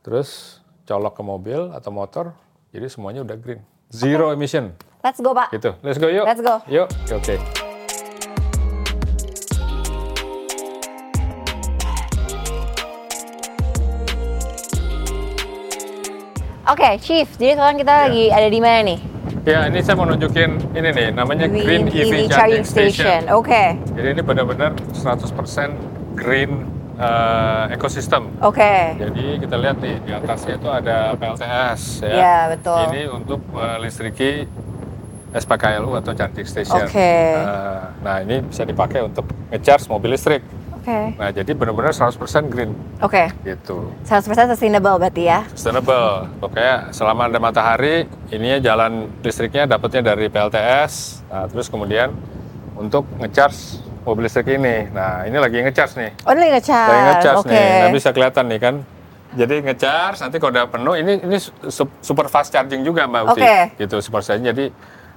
S1: terus colok ke mobil atau motor, jadi semuanya udah green, zero emission,
S2: Let's go Pak.
S1: gitu. Let's go yuk.
S2: Let's go.
S1: Yuk, oke.
S2: Oke, Chief. Jadi sekarang kita
S1: Iya.
S2: lagi ada di mana nih?
S1: Ya ini saya mau nunjukin ini nih, namanya
S2: Di
S1: Green EV, Charging Station.
S2: Oke.
S1: Jadi ini benar-benar 100% green eh, ekosistem.
S2: Oke.
S1: Jadi kita lihat nih di atasnya itu ada PLTS ya. eh,
S2: Iya, betul.
S1: Ini untuk melistriki SPKLU atau charging station.
S2: Oke.
S1: Eh, nah ini bisa dipakai untuk ngecharge mobil listrik.
S2: Oke.
S1: Nah jadi benar-benar 100% green
S2: Oke.
S1: gitu.
S2: 100% sustainable berarti ya.
S1: Sustainable. Pokoknya selama ada matahari, ininya jalan listriknya dapatnya dari PLTS. Nah, terus kemudian untuk ngecharge mobil listrik ini. Nah ini lagi ngecharge nih.
S2: Oh, ini
S1: Lagi
S2: ngecharge.
S1: ngecharge
S2: Oke.
S1: nih, nggak bisa kelihatan nih kan. Jadi ngecharge nanti kalau udah penuh ini ini su- super fast charging juga Mbak Uti.
S2: Oke.
S1: Gitu super fast charging. Jadi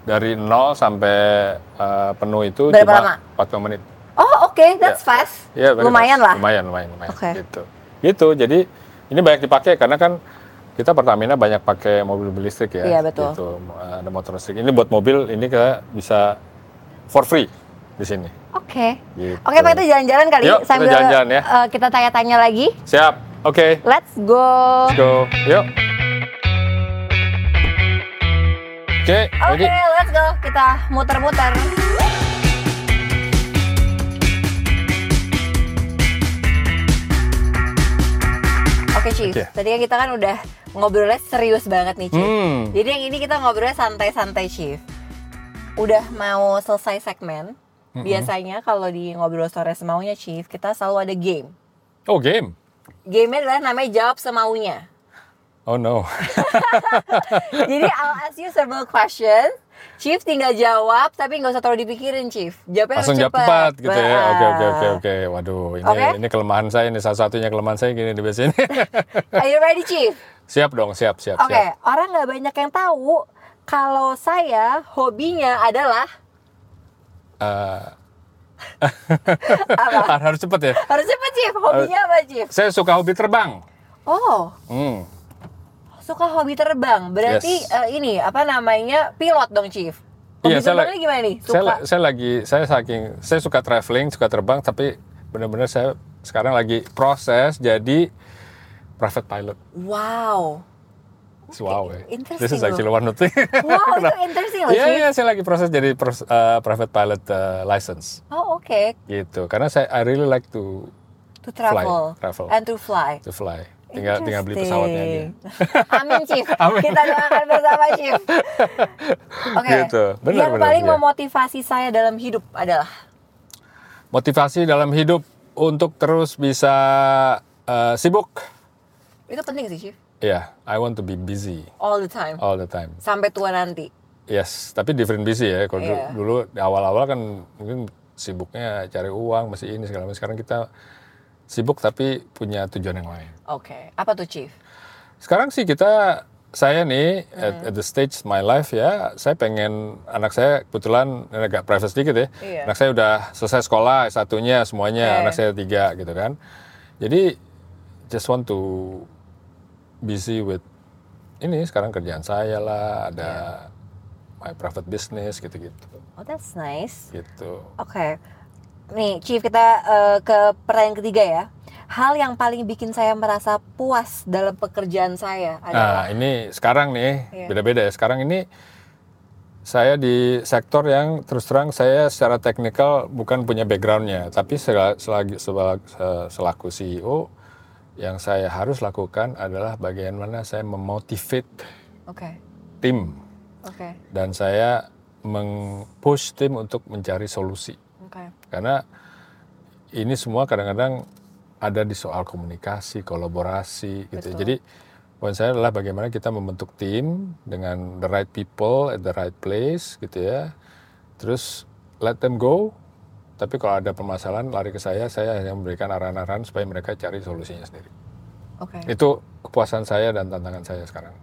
S1: dari 0 sampai eh, penuh itu
S2: Berapa lama?
S1: cuma 40 menit.
S2: Oh, oke, that's fast.
S1: Iya, very
S2: Lumayan
S1: fast.
S2: lah.
S1: Lumayan, lumayan, lumayan.
S2: Oke.
S1: Gitu. Gitu. Jadi ini banyak dipakai karena kan kita Pertamina banyak pakai mobil listrik ya.
S2: Iya, betul.
S1: Gitu. Ada motor listrik. Ini buat mobil ini kita bisa for free di sini.
S2: Oke.
S1: Gitu.
S2: Oke, Pak itu jalan-jalan kali
S1: Yuk, kita
S2: sambil
S1: jalan-jalan ya.
S2: eh, kita tanya-tanya lagi.
S1: Siap. Oke.
S2: Let's go.
S1: Let's go. Yuk. Oke,
S2: Oke,
S1: jadi
S2: let's go. Kita muter-muter. Oke, Chief.
S1: Oke.
S2: Tadi kan kita kan udah ngobrolnya serius banget nih, Chief.
S1: Hmm.
S2: Jadi yang ini kita ngobrolnya santai-santai, Chief. Udah mau selesai segmen. Biasanya kalau di ngobrol sore semaunya, Chief, kita selalu ada game.
S1: oh game.
S2: Game adalah namanya jawab semaunya.
S1: Oh no.
S2: Jadi I'll ask you several questions. Chief tinggal jawab, tapi nggak usah terlalu dipikirin, Chief. Jawabnya harus
S1: Langsung jawab
S2: cepet.
S1: cepat gitu ya.
S2: Nah.
S1: Oke oke oke oke. Waduh, ini
S2: Oke.
S1: ini kelemahan saya ini salah satunya kelemahan saya gini di biasanya.
S2: Are you ready, Chief?
S1: siap dong, siap siap
S2: Oke,
S1: siap.
S2: orang nggak banyak yang tahu kalau saya hobinya adalah
S1: Eh,
S2: apa?
S1: harus cepet ya.
S2: Harus cepet, Chief. Hobinya apa, Chief?
S1: Saya suka hobi terbang.
S2: Oh,
S1: Hmm.
S2: suka hobi terbang. Berarti
S1: Yes.
S2: eh, ini apa namanya pilot dong, Chief? Hobi
S1: Iya, saya
S2: terbangnya
S1: la-
S2: gimana nih? Suka.
S1: Saya, saya lagi saya saking saya suka traveling, suka terbang tapi benar-benar saya sekarang lagi proses jadi private pilot.
S2: Wow.
S1: Wow, eh.
S2: interesting
S1: this is
S2: loh.
S1: actually one of the thing.
S2: Wow, itu interesting loh,
S1: Iya,
S2: Chief.
S1: iya, saya lagi proses jadi pers- eh, private pilot eh, license
S2: Oh, oke.
S1: gitu. Karena saya I really like to
S2: To travel,
S1: travel.
S2: and to fly.
S1: to fly. Tinggal tinggal beli pesawatnya aja.
S2: Interesting. Amin, Chief.
S1: Amin.
S2: Kita doakan bersama, Chief. Oke.
S1: Gitu. Benar,
S2: Yang
S1: benar,
S2: paling
S1: iya.
S2: memotivasi saya dalam hidup adalah
S1: Motivasi dalam hidup untuk terus bisa eh, sibuk.
S2: itu penting sih, Chief.
S1: Ya, I want to be busy
S2: All the time.
S1: all the time.
S2: Sampai tua nanti.
S1: Yes, tapi different busy ya. Kalau du-
S2: Iya.
S1: dulu di awal-awal kan mungkin sibuknya cari uang, masih ini segala macam. Sekarang kita sibuk tapi punya tujuan yang lain.
S2: Oke. Apa tuh, Chief?
S1: Sekarang sih kita saya nih at, at the stage my life ya, saya pengen anak saya kebetulan ini agak private sedikit ya.
S2: Iya.
S1: Anak saya udah selesai sekolah satunya semuanya,
S2: Oke.
S1: anak saya tiga gitu kan. Jadi just want to busy with ini sekarang kerjaan saya lah, ada my private business gitu-gitu
S2: Oh, that's nice.
S1: gitu.
S2: Oke. Nih, Chief, kita eh, ke pertanyaan ketiga ya. Hal yang paling bikin saya merasa puas dalam pekerjaan saya
S1: Nah,
S2: adalah
S1: ini sekarang nih
S2: Iya.
S1: beda-beda ya. Sekarang ini saya di sektor yang terus terang saya secara teknikal bukan punya backgroundnya, tapi sel- selagi sebal- se- selaku CEO yang saya harus lakukan adalah bagian mana saya memotivate Ah.
S2: Oke.
S1: tim
S2: Oke.
S1: dan saya meng-push tim untuk mencari solusi.
S2: Oke.
S1: Karena ini semua kadang-kadang ada di soal komunikasi, kolaborasi gitu. ya.
S2: Betul.
S1: Jadi poin saya adalah bagaimana kita membentuk tim dengan the right people at the right place gitu ya. Terus let them go. Tapi kalau ada permasalahan lari ke saya, saya hanya memberikan arahan-arahan supaya mereka cari solusinya sendiri.
S2: Oke.
S1: Itu kepuasan saya dan tantangan saya sekarang.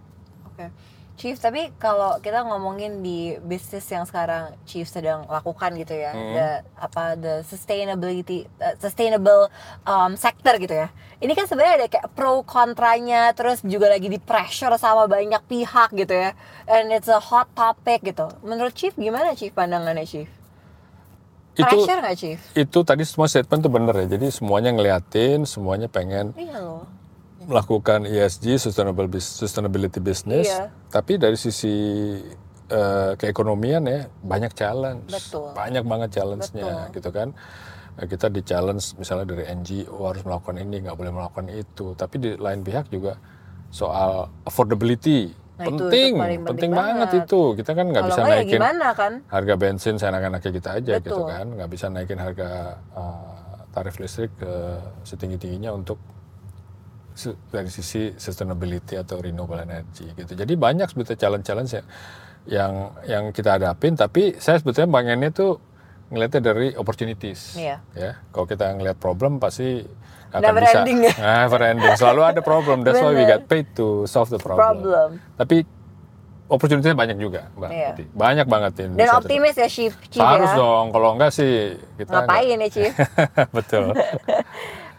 S2: Oke. Chief, tapi kalau kita ngomongin di bisnis yang sekarang Chief sedang lakukan gitu ya,
S1: Hmm.
S2: the apa the sustainability uh, sustainable um, sector gitu ya. Ini kan sebenarnya ada kayak pro kontranya, terus juga lagi di pressure sama banyak pihak gitu ya. And it's a hot topic gitu. Menurut Chief gimana Chief pandangannya Chief?
S1: Itu
S2: Pressure nggak Chief?
S1: itu tadi semua statement tuh bener ya. Jadi semuanya ngeliatin, semuanya pengen
S2: Iya loh.
S1: melakukan ESG sustainable bus- sustainability business
S2: Iya.
S1: tapi dari sisi eh, keekonomian ya banyak challenge
S2: Betul.
S1: banyak banget challenge-nya
S2: Betul.
S1: gitu kan Eh, kita di challenge misalnya dari NGO harus melakukan ini nggak boleh melakukan itu tapi di lain pihak juga soal affordability
S2: Nah, itu- itu
S1: penting,
S2: paling
S1: penting
S2: penting banget.
S1: banget itu. Kita kan nggak
S2: Kalau
S1: bisa
S2: nggak ya
S1: naikin
S2: gimana kan?
S1: harga bensin seenak-enaknya kita aja gitu
S2: Betul.
S1: kan. Nggak bisa naikin harga eh, tarif listrik ke setinggi-tingginya untuk se- dari sisi sustainability atau renewable energy gitu. Jadi banyak sebetulnya challenge-challenge ya- yang yang kita hadapin tapi saya sebetulnya pengennya tuh ngelihatnya dari opportunities.
S2: Iya.
S1: Ya, kalau kita ngelihat problem pasti nggak akan
S2: Never
S1: bisa
S2: ending ya.
S1: never ending. Selalu ada problem. That's why we
S2: Bener.
S1: got paid to solve the problem.
S2: Problem.
S1: Tapi opportunity-nya banyak juga, Mbak.
S2: Iya.
S1: Titi. Banyak banget ini.
S2: Dan optimis ya Chief, Chief
S1: Harus
S2: ya.
S1: dong, kalau enggak sih kita
S2: Ngapain ya Chief?
S1: nggak- Betul.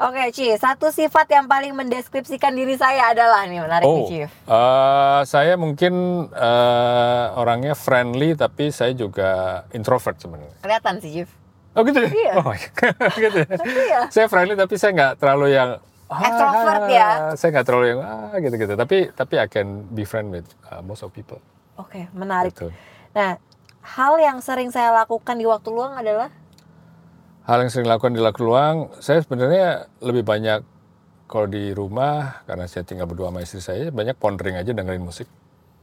S2: Oke Chief, satu sifat yang paling mendeskripsikan diri saya adalah nih menarik nih
S1: oh,
S2: Chief.
S1: eh, saya mungkin eh, orangnya friendly tapi saya juga introvert sebenarnya.
S2: Kelihatan sih Chief.
S1: Oh gitu ya?
S2: Iya.
S1: Oh my God. gitu ya?
S2: Iya.
S1: Saya friendly tapi saya nggak terlalu yang ah,
S2: Extrovert ya?
S1: Saya nggak terlalu yang ah gitu-gitu. Tapi tapi I can be friend with uh, most of people.
S2: Oke, menarik.
S1: Betul.
S2: Nah, hal yang sering saya lakukan di waktu luang adalah
S1: Hal yang sering dilakukan di laku luang, saya sebenarnya lebih banyak kalau di rumah karena saya tinggal berdua sama istri saya banyak pondering aja dengerin musik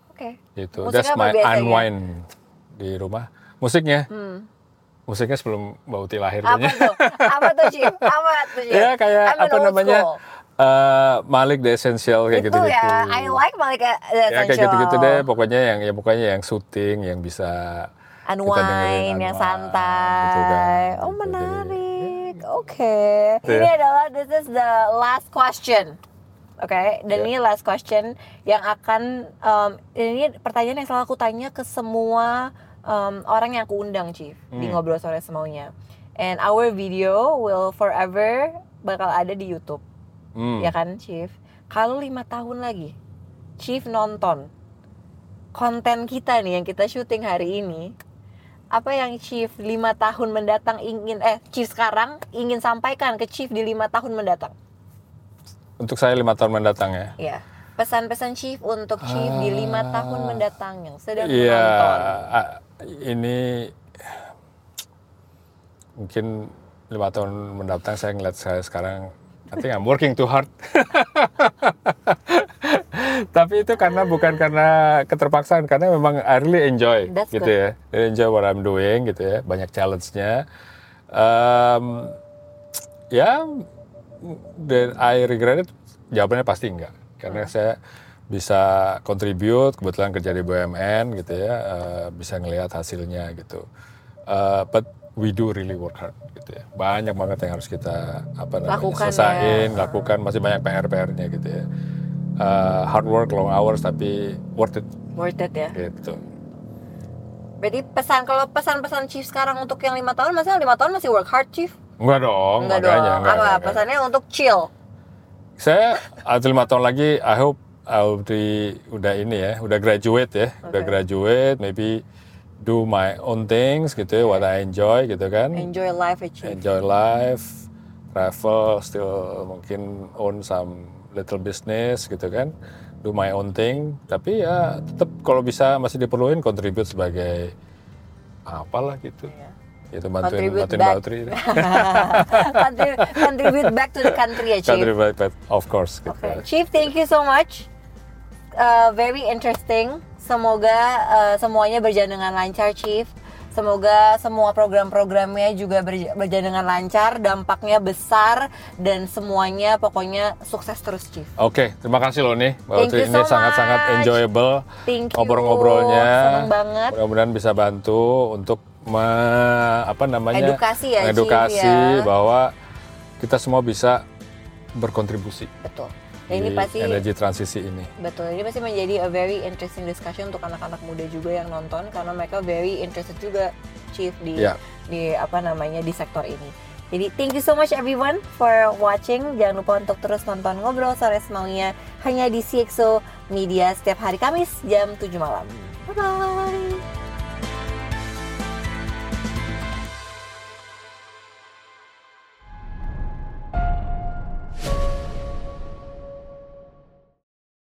S2: Oke.
S1: gitu.
S2: Musik
S1: That's
S2: apa
S1: my
S2: biasanya?
S1: unwind di rumah. Musiknya, musiknya sebelum Mbak Uti lahir
S2: hmm, Apa
S1: kayaknya.
S2: tuh? Apa tuh Chief? Apa tuh Chief?
S1: ya Iya. kayak
S2: I'm an
S1: apa
S2: old
S1: namanya
S2: school.
S1: eh, Malik the Essential kayak
S2: Itu
S1: gitu-gitu.
S2: ya, I like Malik eh,
S1: ya kayak
S2: Essential.
S1: gitu-gitu deh pokoknya yang ya pokoknya yang syuting yang bisa kita dengerin,
S2: Unwind, yang
S1: unwind,
S2: santai.
S1: gitu kan.
S2: Oh
S1: Gitu, jadi-
S2: menarik. Oke.
S1: Gitu
S2: Ini
S1: ya.
S2: adalah this is the last question. Oke, dan
S1: Ya.
S2: ini last question yang akan um, ini pertanyaan yang selalu aku tanya ke semua um, orang yang aku undang, Chief, di
S1: Hmm.
S2: ngobrol sore semaunya. And our video will forever bakal ada di YouTube,
S1: Hmm.
S2: ya kan, Chief? Kalau lima tahun lagi, Chief nonton konten kita nih yang kita syuting hari ini, apa yang Chief lima tahun mendatang ingin eh Chief sekarang ingin sampaikan ke Chief di lima tahun mendatang?
S1: untuk saya lima tahun mendatang ya
S2: Ya. Pesan-pesan Chief untuk Chief di
S1: Ah.
S2: lima tahun mendatang yang sedang
S1: iya
S2: menonton.
S1: a- ini mungkin lima tahun mendatang saya ngeliat saya sekarang I think I'm working too hard tapi itu karena bukan karena keterpaksaan karena memang I really enjoy
S2: That's
S1: gitu
S2: good.
S1: ya Really enjoy what I'm doing gitu ya banyak challenge-nya Em, ya dan I regret it jawabannya pasti enggak karena
S2: Hmm.
S1: saya bisa contribute kebetulan kerja di BUMN gitu ya eh, bisa ngelihat hasilnya gitu Eh, but we do really work hard gitu ya banyak banget yang harus kita apa namanya
S2: Lakukan ya.
S1: selesaiin lakukan masih banyak PR PR-nya gitu ya Eh, hard work long hours tapi worth it
S2: Worth it ya.
S1: gitu
S2: Berarti pesan kalau pesan-pesan Chief sekarang untuk yang lima tahun, masih lima tahun masih work hard Chief?
S1: enggak dong
S2: Enggak
S1: Oh,
S2: dong.
S1: makanya enggak,
S2: apa
S1: enggak, enggak.
S2: pesannya untuk chill?
S1: saya atau lima tahun lagi I hope I'll be udah ini ya udah graduate ya udah graduate maybe do my own things gitu ya what I enjoy gitu kan
S2: Enjoy life ya Chief.
S1: enjoy life travel still mungkin own some little business gitu kan do my own thing tapi ya tetap kalau bisa masih diperluin contribute sebagai apalah gitu itu bantuin
S2: Iya. Contribute
S1: bantuin
S2: back.
S1: Mbak Utri.
S2: Contribute- Contribute back to the country ya Chief.
S1: contribute back, of course gitu
S2: Okay. Chief, thank you so much. Uh, very interesting. Semoga uh, semuanya berjalan dengan lancar, Chief. Semoga semua program-programnya juga berj- berjalan dengan lancar, dampaknya besar dan semuanya pokoknya sukses terus, Chief.
S1: Oke, terima kasih loh nih. Mbak
S2: Thank
S1: Utri.
S2: you
S1: ini
S2: so
S1: sangat-sangat
S2: much.
S1: enjoyable
S2: Thank you.
S1: ngobrol-ngobrolnya.
S2: Seneng banget.
S1: Mudah-mudahan bisa bantu untuk me- apa namanya?
S2: Edukasi ya, Chief,
S1: edukasi
S2: ya.
S1: bahwa kita semua bisa berkontribusi
S2: Betul. Dan ini
S1: di
S2: pasti
S1: Iya, energi transisi ini.
S2: Betul, ini pasti menjadi a very interesting discussion untuk anak-anak muda juga yang nonton karena mereka very interested juga chief di
S1: Ya.
S2: di apa namanya di sektor ini. Jadi thank you so much everyone for watching. Jangan lupa untuk terus nonton ngobrol sore semaunya hanya di CXO Media setiap hari Kamis jam 7 malam. Bye bye.